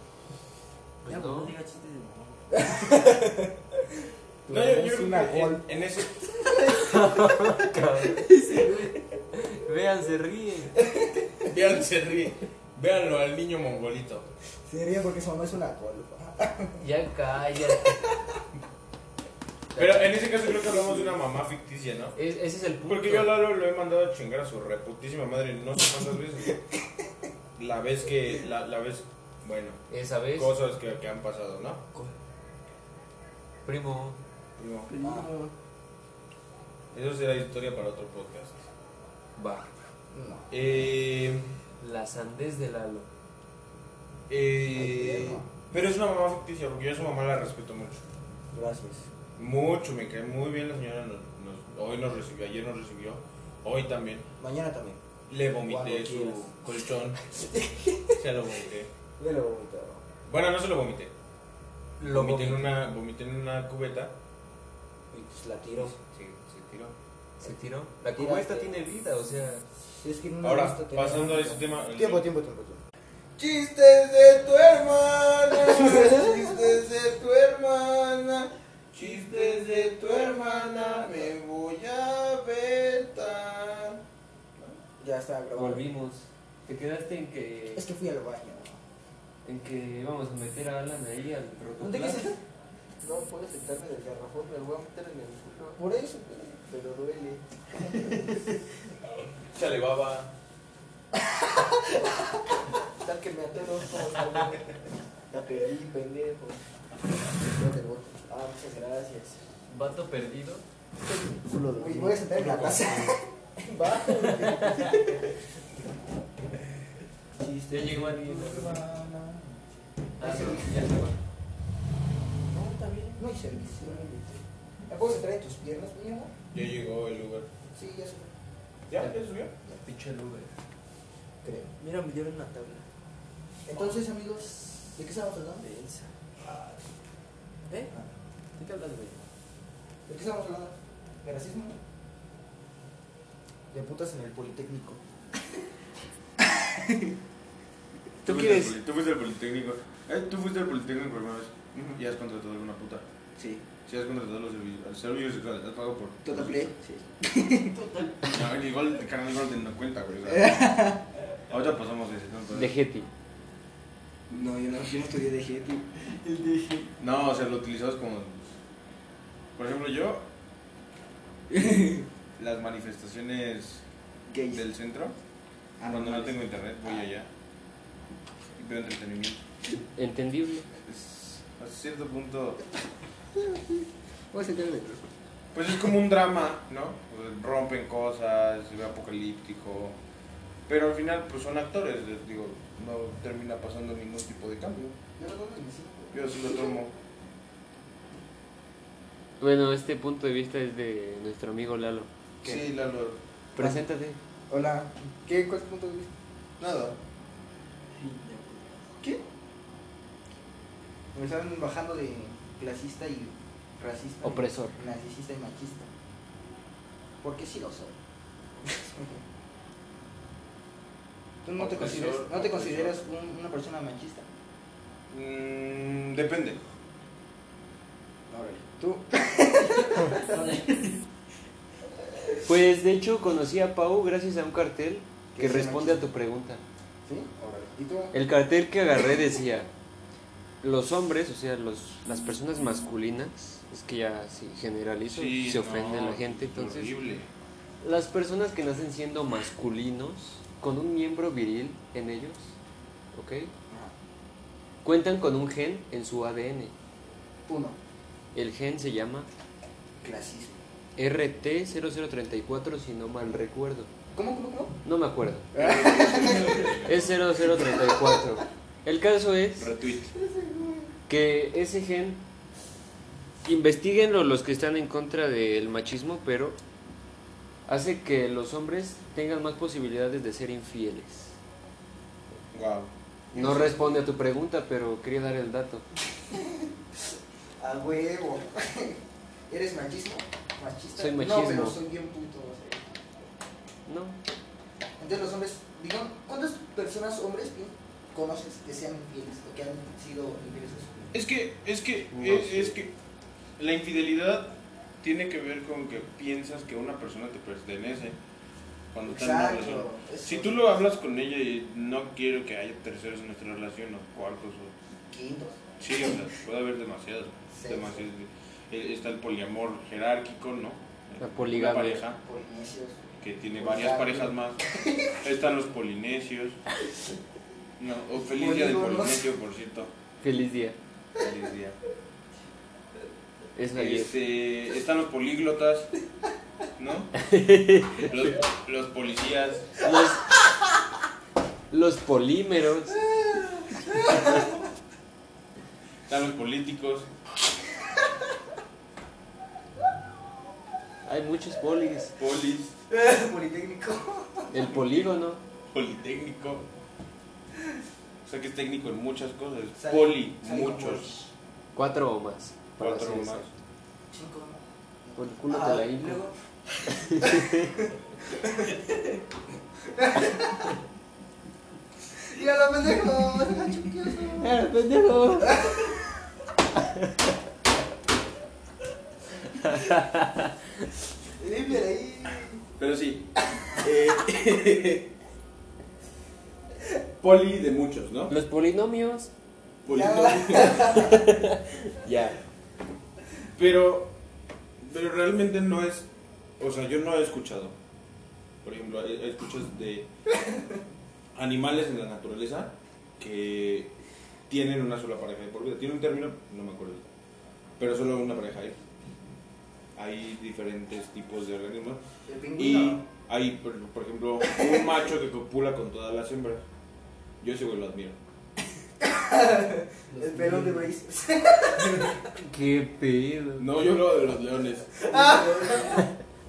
[SPEAKER 3] pues
[SPEAKER 2] Ya, pues
[SPEAKER 3] no. (laughs)
[SPEAKER 2] no diga chistes de mamá.
[SPEAKER 1] Tu
[SPEAKER 4] No,
[SPEAKER 1] mamá
[SPEAKER 4] yo, yo
[SPEAKER 1] es
[SPEAKER 4] creo
[SPEAKER 1] una
[SPEAKER 4] que
[SPEAKER 1] gol.
[SPEAKER 4] en, en ese.
[SPEAKER 3] (laughs) Vean, se ríe.
[SPEAKER 4] Vean, se ríe. Véanlo al niño mongolito.
[SPEAKER 1] Sería porque su mamá es una gol.
[SPEAKER 3] Ya cállate.
[SPEAKER 4] Pero en ese caso creo que hablamos de una mamá ficticia, ¿no?
[SPEAKER 3] Es- ese es el punto.
[SPEAKER 4] Porque yo a Lalo lo he mandado a chingar a su reputísima madre no sé cuántas veces. La vez que. La, la vez. Bueno,
[SPEAKER 3] Esa vez,
[SPEAKER 4] cosas que, que han pasado, ¿no?
[SPEAKER 3] primo.
[SPEAKER 4] Primo,
[SPEAKER 2] Primero.
[SPEAKER 4] Eso será historia para otro podcast.
[SPEAKER 3] Va.
[SPEAKER 1] No.
[SPEAKER 4] Eh,
[SPEAKER 3] La sandez de Lalo.
[SPEAKER 4] eh, pero es una mamá ficticia, porque yo a su mamá la respeto mucho.
[SPEAKER 1] Gracias.
[SPEAKER 4] Mucho, me cae muy bien la señora. nos- nos- hoy nos recibió, ayer nos recibió, hoy también.
[SPEAKER 1] Mañana también.
[SPEAKER 4] Le vomité
[SPEAKER 1] Cuando
[SPEAKER 4] su
[SPEAKER 1] quieras.
[SPEAKER 4] colchón. Se lo vomité.
[SPEAKER 1] Ve lo bonito.
[SPEAKER 4] Bueno, no se lo vomité.
[SPEAKER 3] Lo
[SPEAKER 4] vomité, en
[SPEAKER 3] vomité.
[SPEAKER 4] una, vomité en una cubeta.
[SPEAKER 1] Y pues la tiró.
[SPEAKER 4] Se, se tiró.
[SPEAKER 3] Se tiró. La
[SPEAKER 1] Tiraste.
[SPEAKER 3] cubeta tiene vida, o sea.
[SPEAKER 1] Es que no me
[SPEAKER 4] Ahora,
[SPEAKER 1] gusta tener-
[SPEAKER 4] pasando a ese tema. el-
[SPEAKER 1] Tiempo, tiempo, tiempo. tiempo.
[SPEAKER 4] Chistes de tu hermana, chistes de tu hermana, chistes de tu hermana, me voy a vetar.
[SPEAKER 1] Ya está grabado.
[SPEAKER 3] Volvimos. Te quedaste en que,
[SPEAKER 1] Es que fui al baño.
[SPEAKER 3] en que íbamos a meter a Alan ahí al
[SPEAKER 1] ¿Dónde quieres
[SPEAKER 3] protocolo.
[SPEAKER 1] estar?
[SPEAKER 2] No puedes sentarme del garrafón, me lo voy a meter en el culo.
[SPEAKER 1] Por eso.
[SPEAKER 2] Pero duele.
[SPEAKER 4] Chale, baba.
[SPEAKER 2] Tal que me atoro como salgo. (laughs) La perdí, pendejo.
[SPEAKER 1] No te voto. Ah, muchas gracias.
[SPEAKER 3] Vato perdido.
[SPEAKER 2] Culo
[SPEAKER 1] Uy, voy a sentar en la casa. (laughs) Va.
[SPEAKER 3] Ya llegó alguien.
[SPEAKER 1] Hermana.
[SPEAKER 3] Ah, no, ya se va.
[SPEAKER 1] No, está bien. No hay servicio. ¿Me puedo sentar en tus piernas, mi amor?
[SPEAKER 4] Ya llegó el Uber.
[SPEAKER 1] Sí, ya sé.
[SPEAKER 4] ¿Ya? ¿Ya subió?
[SPEAKER 3] Pinche Uber.
[SPEAKER 1] Creo. Mira, me dieron una tabla. Entonces, amigos, ¿de qué estamos hablando? De Elsa.
[SPEAKER 2] Ah,
[SPEAKER 3] ¿Eh?
[SPEAKER 1] Ah.
[SPEAKER 3] ¿Qué te hablas, güey?
[SPEAKER 1] ¿De qué estamos hablando? ¿De racismo? De putas en el Politécnico.
[SPEAKER 4] Tú fuiste al poli- Tú fuiste al Politécnico. Eh, tú fuiste al Politécnico por primera vez. Y has contratado alguna puta.
[SPEAKER 2] Sí.
[SPEAKER 4] Si has contratado los servicios, los servicios sexuales, has pagado por.
[SPEAKER 2] ¿Total play? Sí.
[SPEAKER 4] No, el gol, el canal Golden no cuenta, güey. o sea. Ahorita pasamos de ese. ¿no?
[SPEAKER 3] Getty.
[SPEAKER 2] No, yo no, yo no estudié de
[SPEAKER 1] (laughs)
[SPEAKER 2] Getty. El de Getty.
[SPEAKER 4] No, o sea, lo utilizabas como. pues, Por ejemplo, yo.
[SPEAKER 3] (laughs)
[SPEAKER 4] las manifestaciones
[SPEAKER 2] Gays.
[SPEAKER 4] del centro.
[SPEAKER 3] Ah,
[SPEAKER 4] Cuando no tengo internet, voy allá. Y veo entretenimiento.
[SPEAKER 3] Entendible.
[SPEAKER 4] Es, a cierto punto.
[SPEAKER 2] Voy a sentarme en el
[SPEAKER 4] Pues es como un drama, ¿no? O sea, Rompen cosas, se ve apocalíptico. Pero al final, pues son actores. les digo, no termina pasando ningún tipo de cambio.
[SPEAKER 2] Yo no tomo ni cinco.
[SPEAKER 4] Yo así lo tomo.
[SPEAKER 5] Bueno, este punto de vista es de nuestro amigo Lalo.
[SPEAKER 4] Sí, Sí, Lalo.
[SPEAKER 5] Preséntate.
[SPEAKER 2] Hola. ¿Qué? ¿Cuál es tu punto de vista?
[SPEAKER 4] Nada.
[SPEAKER 2] ¿Qué? Me están bajando de clasista y racista. y
[SPEAKER 5] Opresor.
[SPEAKER 2] Narcisista y machista. Porque sí lo soy. (laughs) ¿Tú no te,
[SPEAKER 4] Opresor,
[SPEAKER 2] consideras, no te
[SPEAKER 4] opresor.
[SPEAKER 2] consideras un- una persona machista?
[SPEAKER 4] Mm, depende.
[SPEAKER 2] Órale.
[SPEAKER 4] (laughs)
[SPEAKER 2] Tú.
[SPEAKER 3] Pues de hecho conocí a Pau gracias a un cartel
[SPEAKER 2] Que
[SPEAKER 3] que
[SPEAKER 2] se
[SPEAKER 3] responde a
[SPEAKER 2] mancha.
[SPEAKER 3] tu pregunta.
[SPEAKER 2] ¿Sí? Órale. ¿Y tú?
[SPEAKER 3] El cartel que agarré decía, los hombres, o sea, los, las personas masculinas, es que ya si generalizo, se ofende a la gente, entonces...
[SPEAKER 4] Horrible.
[SPEAKER 3] Las personas que nacen siendo masculinos, con un miembro viril en ellos, ¿ok? Cuentan con un gen en su ADN.
[SPEAKER 2] Uno.
[SPEAKER 3] El gen se llama
[SPEAKER 2] Clasismo.
[SPEAKER 3] RT0034, si no mal recuerdo.
[SPEAKER 2] ¿Cómo, cómo, cómo?
[SPEAKER 3] No me acuerdo. es 0034. El caso es
[SPEAKER 4] Retweet.
[SPEAKER 3] que ese gen, investiguenlo los que están en contra del machismo, pero hace que los hombres tengan más posibilidades de ser infieles.
[SPEAKER 4] Wow.
[SPEAKER 3] No responde a tu pregunta, pero quería dar el dato.
[SPEAKER 2] A huevo. (laughs) ¿Eres machismo? ¿Machista?
[SPEAKER 3] Soy
[SPEAKER 2] No,
[SPEAKER 3] machismo.
[SPEAKER 2] pero soy bien puto. o sea.
[SPEAKER 3] No.
[SPEAKER 2] Entonces los hombres, digan, ¿cuántas personas hombres que conoces que sean infieles o que han sido infieles a su mujer?
[SPEAKER 4] Es que, es que, eh,
[SPEAKER 3] No
[SPEAKER 4] es,
[SPEAKER 3] sé.
[SPEAKER 4] es que la infidelidad tiene que ver con que piensas que una persona te pertenece cuando estás en una relación.
[SPEAKER 2] Exacto. eso.
[SPEAKER 4] Si tú lo hablas con ella y no quiero que haya terceros en nuestra relación o cuartos o...
[SPEAKER 2] Quintos.
[SPEAKER 4] Sí, o sea, puede haber demasiados.
[SPEAKER 2] Sí,
[SPEAKER 4] demasiados. Eh, Está el poliamor jerárquico, ¿no?
[SPEAKER 3] La
[SPEAKER 4] Una
[SPEAKER 3] poligamia.
[SPEAKER 4] pareja
[SPEAKER 2] Polinesios.
[SPEAKER 4] que tiene varias parejas más. Están los polinesios. No, o feliz día del
[SPEAKER 2] Polígonos.
[SPEAKER 4] polinesio, por cierto.
[SPEAKER 3] Feliz día.
[SPEAKER 4] Feliz día.
[SPEAKER 3] Es ayer.
[SPEAKER 4] Este, están los políglotas, ¿no? Los, los policías.
[SPEAKER 3] Los, los polímeros.
[SPEAKER 4] Están los políticos.
[SPEAKER 3] Hay muchos polis.
[SPEAKER 4] Polis.
[SPEAKER 2] Politécnico.
[SPEAKER 3] El polígono.
[SPEAKER 4] Politécnico. O sea que es técnico en muchas cosas.
[SPEAKER 2] Sal-
[SPEAKER 4] Poli,
[SPEAKER 2] sal-
[SPEAKER 4] muchos.
[SPEAKER 3] Cuatro o más. para
[SPEAKER 4] Cuatro
[SPEAKER 3] ser
[SPEAKER 4] más.
[SPEAKER 3] exacto.
[SPEAKER 2] Cinco.
[SPEAKER 3] Por el culo te la
[SPEAKER 2] Ah, y
[SPEAKER 3] hinco.
[SPEAKER 2] luego, ¡Mira la pendejo! ¡Me está
[SPEAKER 3] (laughs)
[SPEAKER 2] chuquioso!
[SPEAKER 3] ¡Eh, pendejo!
[SPEAKER 2] Limpia de ahí.
[SPEAKER 4] Pero sí. eh, (laughs) poli de muchos, ¿no?
[SPEAKER 3] Los polinomios.
[SPEAKER 4] Polinomios. (laughs)
[SPEAKER 3] Ya.
[SPEAKER 4] Pero, pero realmente no es, o sea, yo no he escuchado. Por ejemplo, hay- hay escuchas de animales en la naturaleza que tienen una sola pareja de por vida. Tiene un término, no me acuerdo. Pero solo una pareja hay. Hay diferentes tipos de organismos.
[SPEAKER 2] El
[SPEAKER 4] Y
[SPEAKER 2] pingüino.
[SPEAKER 4] hay, por, por ejemplo, un macho que copula con todas las hembras. Yo ese güey lo admiro.
[SPEAKER 2] El pelón de maíz.
[SPEAKER 3] ¡Qué pedo!
[SPEAKER 4] No, yo hablo de los leones.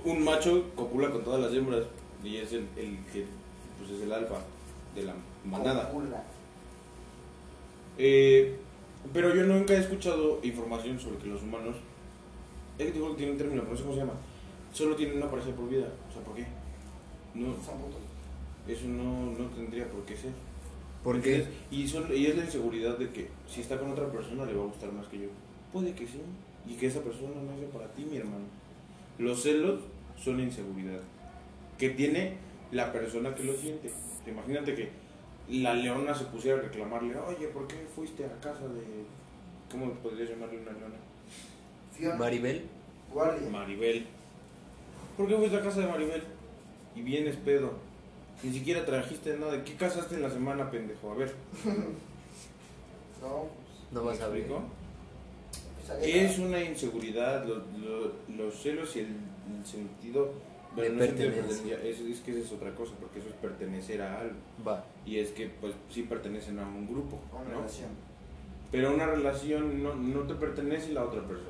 [SPEAKER 4] Un macho copula con todas las hembras y es el, el que pues es el alfa de la manada.
[SPEAKER 2] Copula.
[SPEAKER 4] Eh, pero yo nunca he escuchado información sobre que los humanos. Es que te juro que tiene un término, pero no sé cómo se llama. Solo tienen una pareja por vida. O sea, ¿por qué? No,
[SPEAKER 2] Son putos.
[SPEAKER 4] eso no, no tendría por qué ser.
[SPEAKER 3] ¿Por qué?
[SPEAKER 4] Entonces, Y, son- y es la inseguridad de que si está con otra persona le va a gustar más que yo. Puede que sí. Y que esa persona no sea para ti, mi hermano. Los celos son inseguridad que tiene la persona que lo siente. Imagínate que la leona se pusiera a reclamarle, oye, ¿por qué fuiste a casa de... ¿Cómo podrías llamarle una leona?
[SPEAKER 2] Fiona.
[SPEAKER 3] Maribel.
[SPEAKER 2] Guardia.
[SPEAKER 4] Maribel. ¿Por qué fuiste a casa de Maribel? Y vienes pedo. Ni siquiera trajiste nada. ¿Qué casaste en la semana, pendejo? A ver.
[SPEAKER 2] No.
[SPEAKER 3] No
[SPEAKER 4] ¿me
[SPEAKER 3] vas a ver.
[SPEAKER 4] explico?
[SPEAKER 2] pues, a ver.
[SPEAKER 4] Es una inseguridad, lo- lo- los celos y el, el sentido
[SPEAKER 3] De
[SPEAKER 4] no es sentido de
[SPEAKER 3] pertenencia.
[SPEAKER 4] pertenencia, es, es que eso es otra cosa, porque eso es pertenecer a algo.
[SPEAKER 3] Va. Ah,
[SPEAKER 4] Y es que, pues, sí pertenecen a un grupo,
[SPEAKER 2] Una
[SPEAKER 4] ¿no?
[SPEAKER 2] relación.
[SPEAKER 4] Pero una relación no, no te pertenece la otra persona.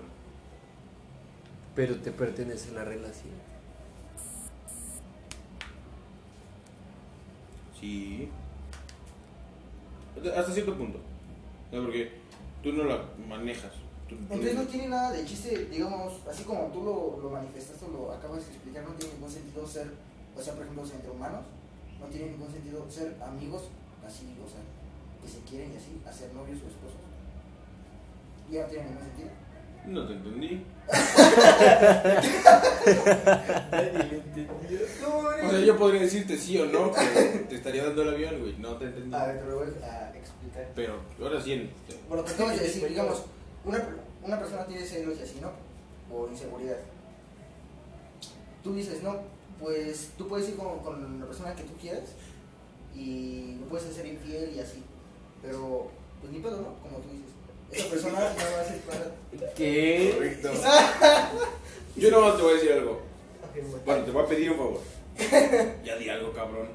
[SPEAKER 3] Pero te pertenece la relación.
[SPEAKER 4] Sí. Hasta- Hasta cierto punto. No, porque tú no la manejas. Tú- tú-
[SPEAKER 2] Entonces no tiene nada de chiste, digamos, así como tú lo, lo manifestaste, o lo acabas de explicar, no tiene ningún sentido ser, o sea, por ejemplo, entre humanos, no tiene ningún sentido ser amigos así, o sea, que se quieren y así, hacer novios o esposos. Ya no tiene ningún sentido.
[SPEAKER 4] No
[SPEAKER 2] (laughs)
[SPEAKER 4] te entendí.
[SPEAKER 2] No,
[SPEAKER 4] O sea, yo podría decirte sí o no, pero te estaría dando el avión, güey. No te entendí.
[SPEAKER 2] A ver, te lo voy a explicar.
[SPEAKER 4] Pero ahora sí, en-
[SPEAKER 2] Por lo que acabas de decir, digamos, una, una persona tiene celos y así, ¿no? O inseguridad. Tú dices, no, pues tú puedes ir con, con la persona que tú quieras y no puedes ser infiel y así. Pero, pues ni pedo, ¿no? Como tú dices. Esa (laughs) persona no va a ser para...
[SPEAKER 5] ¿Qué?
[SPEAKER 4] Correcto. (laughs) Yo nomás te voy a decir algo. Bueno, te voy a pedir un favor. Ya di algo, cabrón.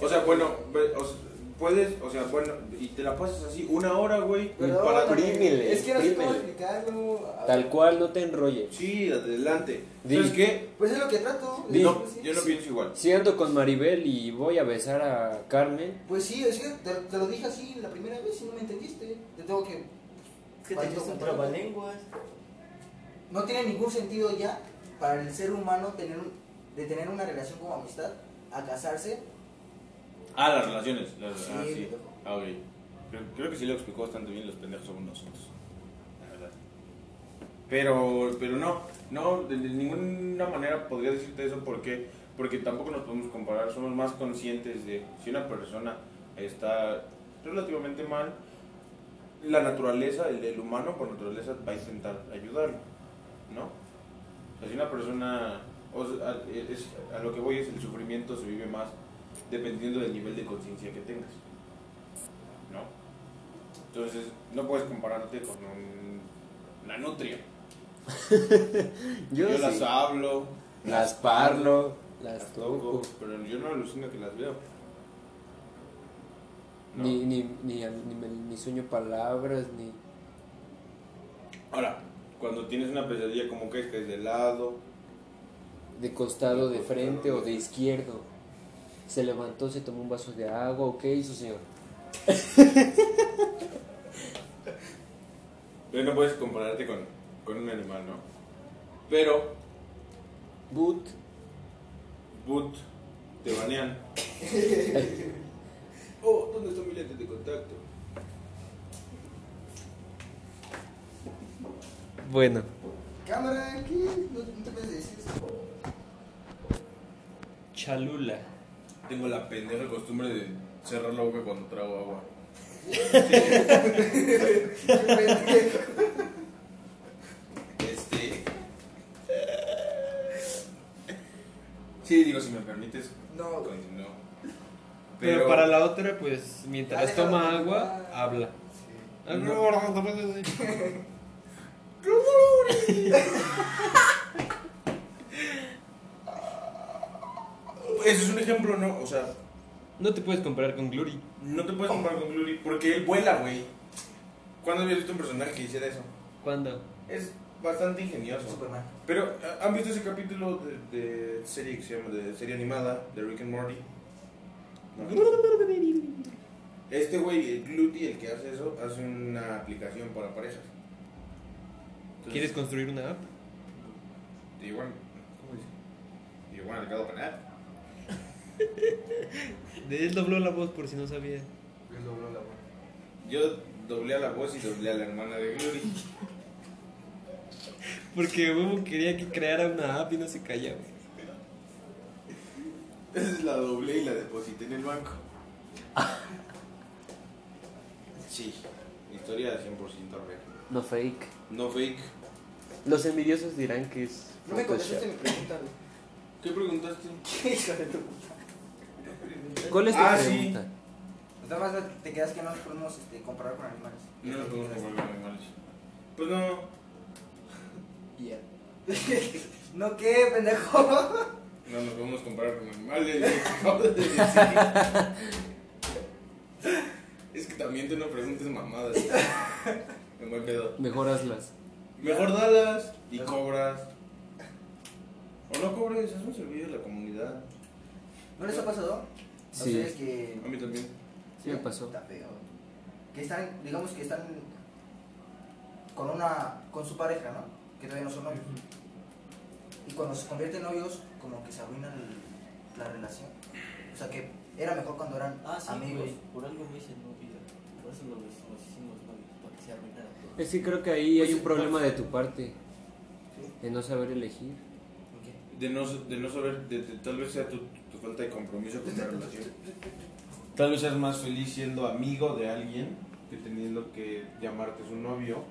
[SPEAKER 4] O sea, bueno, ve- o sea, puedes, o sea, bueno, y te la pasas así una hora, güey,
[SPEAKER 2] Perdón,
[SPEAKER 4] para
[SPEAKER 5] Prímele,
[SPEAKER 2] Es que no sé cómo
[SPEAKER 5] prímele.
[SPEAKER 2] explicarlo. A ver,
[SPEAKER 5] Tal cual, no te enrolles.
[SPEAKER 4] Sí, adelante.
[SPEAKER 5] Di.
[SPEAKER 4] ¿Sabes qué?
[SPEAKER 2] Pues es lo que trato.
[SPEAKER 5] Di.
[SPEAKER 4] No,
[SPEAKER 2] pues, sí.
[SPEAKER 4] yo no pienso igual.
[SPEAKER 5] Si ando con Maribel y voy a besar a Carmen,
[SPEAKER 2] Pues sí, es que te, te lo dije así la primera vez y no me entendiste. Te tengo que... pues,
[SPEAKER 1] Es que te echaste un trabalenguas.
[SPEAKER 2] no tiene ningún sentido ya para el ser humano tener un- de tener una relación como amistad a casarse.
[SPEAKER 4] Ah, las relaciones. las-
[SPEAKER 2] Sí.
[SPEAKER 4] ah, sí. Ah, ok. Creo, creo que sí lo explicó bastante bien los pendejos según nosotros. La verdad. Pero, pero no, no, de, de ninguna manera podría decirte eso porque, porque tampoco nos podemos comparar. Somos más conscientes de si una persona está relativamente mal, la naturaleza, el, el humano por naturaleza va a intentar ayudarlo, ¿no? O sea, si una persona, o sea, a- es- a lo que voy es el sufrimiento se vive más dependiendo del nivel de conciencia que tengas. ¿No? Entonces, no puedes compararte con un- la nutria.
[SPEAKER 5] yo,
[SPEAKER 4] Yo,
[SPEAKER 5] sí.
[SPEAKER 4] las hablo,
[SPEAKER 5] Las parlo, las
[SPEAKER 4] las
[SPEAKER 5] toco.
[SPEAKER 4] toco, pero yo no alucino que las veo. No.
[SPEAKER 5] Ni, ni, ni, ni, me- ni sueño palabras, ni.
[SPEAKER 4] Ahora, cuando tienes una pesadilla, como que caes de lado,
[SPEAKER 5] De costado, de
[SPEAKER 4] De costado,
[SPEAKER 5] frente o
[SPEAKER 4] de-
[SPEAKER 5] de izquierdo. Se levantó, se tomó un vaso de agua, ¿o qué hizo, señor?
[SPEAKER 4] pero no puedes compararte con, con un animal, ¿no? Pero,
[SPEAKER 5] Boot.
[SPEAKER 4] but, te banean. (laughs) oh, ¿dónde están mis lentes de contacto?
[SPEAKER 5] Bueno,
[SPEAKER 2] Cámara, ¿qué? No, no te puedes decir eso.
[SPEAKER 5] Chalula.
[SPEAKER 4] Tengo la pendeja costumbre de cerrar la boca cuando trago agua.
[SPEAKER 2] (laughs)
[SPEAKER 4] Este. Sí, digo, si me permites,
[SPEAKER 2] No, güey.
[SPEAKER 4] continúo.
[SPEAKER 5] Pero, para la otra, pues mientras
[SPEAKER 2] Alejandro,
[SPEAKER 5] toma
[SPEAKER 2] ¿no?
[SPEAKER 5] agua, habla. Ah,
[SPEAKER 4] No.
[SPEAKER 5] no.
[SPEAKER 4] Eso es un ejemplo, ¿no? O sea,
[SPEAKER 5] No te puedes comparar con Glory.
[SPEAKER 4] no te puedes comparar con Glory porque él vuela, güey. ¿Cuándo habías visto un personaje que hiciera eso?
[SPEAKER 5] ¿Cuándo?
[SPEAKER 4] Es bastante ingenioso.
[SPEAKER 2] Superman.
[SPEAKER 4] Pero, ¿han visto ese capítulo de, de serie que se llama, de serie animada, de Rick and Morty? Este güey, el Gluty, el que hace eso, hace una aplicación para parejas. Entonces,
[SPEAKER 5] ¿Quieres construir una app?
[SPEAKER 4] Do you want- ¿Cómo dice? Do you want to develop an app?
[SPEAKER 5] De él dobló la voz por si no sabía.
[SPEAKER 4] Yo doblé a la voz y doblé a la hermana de Gluty.
[SPEAKER 5] (laughs) Porque huevo quería que creara una app y no se callaba.
[SPEAKER 4] Entonces la doblé y la deposité en el banco. (laughs) Sí, historia 100% real.
[SPEAKER 5] No fake.
[SPEAKER 4] No fake.
[SPEAKER 5] Los envidiosos dirán que es
[SPEAKER 2] No me contestaste mi pregunta, güey.
[SPEAKER 4] ¿Qué preguntaste?
[SPEAKER 2] (laughs) ¿Qué hijo de tu puta?
[SPEAKER 5] ¿Cuál es tu
[SPEAKER 4] Ah, sí.
[SPEAKER 5] pregunta?
[SPEAKER 2] Pues nada más te quedas que no nos podemos este, comparar con animales.
[SPEAKER 4] No nos podemos comparar con animales. Pues no,
[SPEAKER 2] Yeah. no, ¿qué, pendejo? (laughs)
[SPEAKER 4] no nos podemos comparar con animales. lo (laughs) que acabas de decir. es que también tú no preguntes mamadas. Me voy pedo.
[SPEAKER 5] Mejor hazlas.
[SPEAKER 4] Mejor dalas y cobras. O no cobres, es un servicio a la comunidad.
[SPEAKER 2] ¿No les ha pasado? ¿A
[SPEAKER 5] Sí.
[SPEAKER 2] ustedes que
[SPEAKER 4] A mí también.
[SPEAKER 5] Sí, me pasó.
[SPEAKER 2] Está feo. Que están, digamos que están con una, con su pareja, ¿no? Que todavía no son novios. Y cuando se convierten en novios, como que se arruinan el- la relación. O sea que era mejor cuando eran
[SPEAKER 6] Ah, sí,
[SPEAKER 2] amigos.
[SPEAKER 6] güey, Por algo me hice novia. Por eso nos, nos hicimos novios, para que sea
[SPEAKER 2] terminar.
[SPEAKER 5] Es que creo que ahí
[SPEAKER 2] Pues
[SPEAKER 5] hay un
[SPEAKER 2] sí,
[SPEAKER 5] problema
[SPEAKER 2] pues.
[SPEAKER 5] de tu parte,
[SPEAKER 2] Sí.
[SPEAKER 5] de no saber elegir.
[SPEAKER 4] (laughs)
[SPEAKER 2] Ok.
[SPEAKER 4] De no, de no saber, de- de- tal vez sea tu, tu falta de compromiso con la relación. Tal vez seas más feliz siendo amigo de alguien que teniendo que llamarte su novio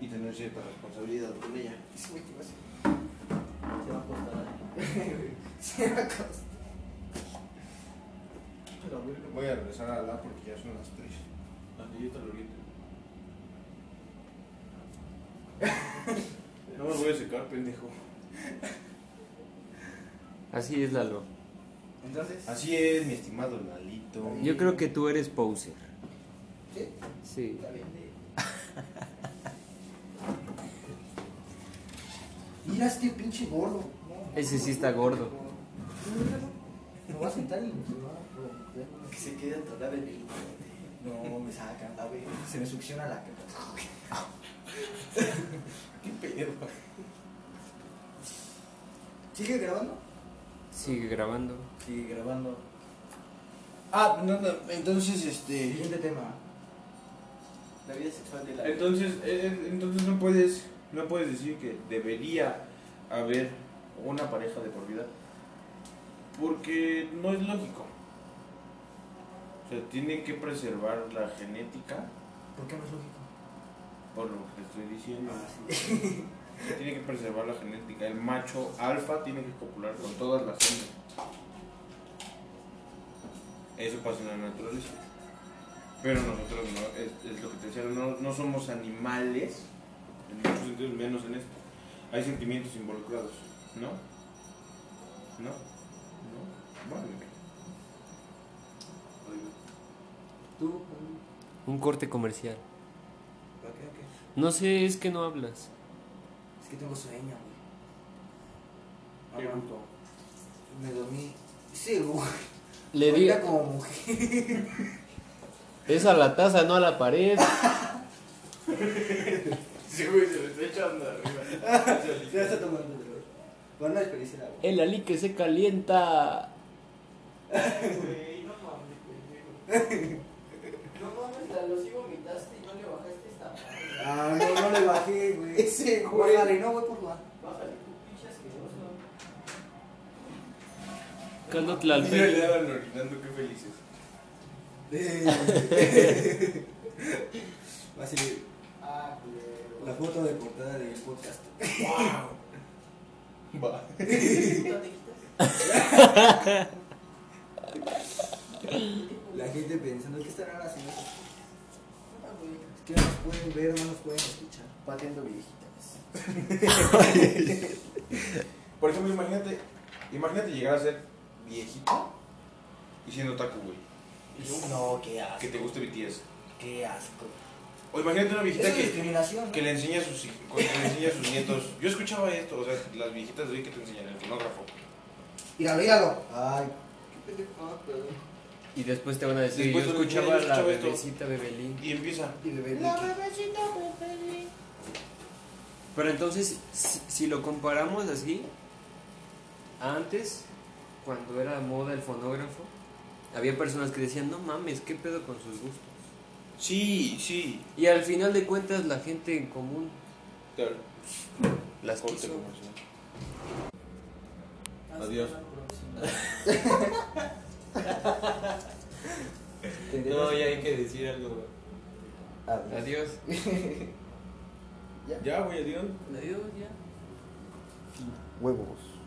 [SPEAKER 4] y tener cierta responsabilidad con ella.
[SPEAKER 2] Ese güey te va a hacer- Se va a acostar. ¿eh? Se va a acostar. Pero bueno.
[SPEAKER 4] Voy a regresar a la porque ya son las 3. La sillita (laughs) Lolita. No me voy a secar, pendejo.
[SPEAKER 5] Así es, Lalo.
[SPEAKER 2] Entonces,
[SPEAKER 4] Así es, mi estimado Lalito.
[SPEAKER 5] Yo creo que tú eres poser.
[SPEAKER 2] ¿sí?
[SPEAKER 5] Sí.
[SPEAKER 2] Está bien. (laughs) Mira este pinche gordo. No,
[SPEAKER 5] Ese sí está gordo.
[SPEAKER 2] Me voy a sentar y me va a Que se quede atorada en el No, me sacan la verga. Se me succiona la caca. (laughs) Qué pedo. ¿Sigue grabando?
[SPEAKER 5] Sigue grabando.
[SPEAKER 2] Sigue grabando.
[SPEAKER 4] Ah, no, no, entonces este.
[SPEAKER 2] Siguiente tema. La vida sexual de la...
[SPEAKER 4] Entonces, eh, entonces no puedes, no puedes decir que debería haber una pareja de por vida, porque no es lógico. O sea, tienen que preservar la genética,
[SPEAKER 2] ¿Por qué no es lógico?
[SPEAKER 4] por lo que estoy diciendo. Tiene que preservar la genética. El macho alfa tiene que copular con todas las hembras. Eso pasa en la naturaleza. Pero nosotros no, es, es lo que te decía, no, no somos animales, en muchos sentidos, menos en esto. Hay sentimientos involucrados, ¿no? ¿No? ¿No? Bueno, ok.
[SPEAKER 2] ¿Tú?
[SPEAKER 5] Un corte comercial.
[SPEAKER 2] ¿Para qué? ¿Qué?
[SPEAKER 5] No sé, es que no hablas.
[SPEAKER 2] Es que tengo sueño, güey.
[SPEAKER 4] Qué
[SPEAKER 2] Ah,
[SPEAKER 4] gusto.
[SPEAKER 2] Me dormí. Sí, güey.
[SPEAKER 5] Le di.
[SPEAKER 2] Ahorita como mujer.
[SPEAKER 5] Es a la taza, no a la pared.
[SPEAKER 4] Sí, güey, se le está echando arriba.
[SPEAKER 2] (laughs) Ya está tomando güey. Bueno, no desperdicié la
[SPEAKER 5] El ali que se calienta.
[SPEAKER 6] Güey, no mames, pendejo. No mames, la los sí vomitaste y no le bajaste esta madre.
[SPEAKER 2] Ah, no, no le bajé, (laughs) güey.
[SPEAKER 6] Ese güey.
[SPEAKER 2] Bájale, no, güey, por favor.
[SPEAKER 6] Bájale, tú pinche asqueroso.
[SPEAKER 5] Cando
[SPEAKER 4] le
[SPEAKER 5] Tlalpeli.
[SPEAKER 4] daban orinando, qué felices.
[SPEAKER 2] Eh. (laughs) Va a salir
[SPEAKER 6] Ah, culero.
[SPEAKER 2] la foto de portada del podcast.
[SPEAKER 4] Va.
[SPEAKER 6] puta te quitas.
[SPEAKER 2] La gente pensando, ¿qué estarán haciendo? Es
[SPEAKER 6] Ah, güey.
[SPEAKER 2] que no nos pueden ver, no nos pueden escuchar.
[SPEAKER 6] Pateando viejitas.
[SPEAKER 4] Por ejemplo, imagínate, imagínate llegar a ser viejito y siendo otaku, güey,
[SPEAKER 2] No, qué
[SPEAKER 4] que
[SPEAKER 2] asco.
[SPEAKER 4] te guste BTS.
[SPEAKER 2] Qué asco.
[SPEAKER 4] O imagínate una
[SPEAKER 2] Eso
[SPEAKER 4] viejita
[SPEAKER 2] es
[SPEAKER 4] que,
[SPEAKER 2] discriminación. ¿no?
[SPEAKER 4] que le enseña a sus hij- que le enseña a sus nietos. Yo escuchaba esto, o sea, las viejitas de hoy que te enseñan el fonógrafo.
[SPEAKER 2] Míralo, míralo. Ay, qué pendejo.
[SPEAKER 5] Y después te van a decir,
[SPEAKER 4] Después
[SPEAKER 5] yo
[SPEAKER 4] te van a decir,
[SPEAKER 5] escuchaba a
[SPEAKER 4] yo
[SPEAKER 5] la
[SPEAKER 4] escuchaba esto.
[SPEAKER 5] bebecita Bebelín.
[SPEAKER 4] Y empieza.
[SPEAKER 2] Y bebé
[SPEAKER 5] Pero entonces, si, si lo comparamos así, antes, cuando era moda el fonógrafo, había personas que decían, no mames, qué pedo con sus gustos.
[SPEAKER 4] Sí, sí.
[SPEAKER 5] Y al final de cuentas, la gente en común
[SPEAKER 4] Te-
[SPEAKER 5] las
[SPEAKER 4] corte
[SPEAKER 5] quiso.
[SPEAKER 4] comercial. Adiós.
[SPEAKER 5] No, ya hay que decir algo. Adiós.
[SPEAKER 4] Ya, güey, adiós.
[SPEAKER 5] Adiós, ya.
[SPEAKER 2] Huevos.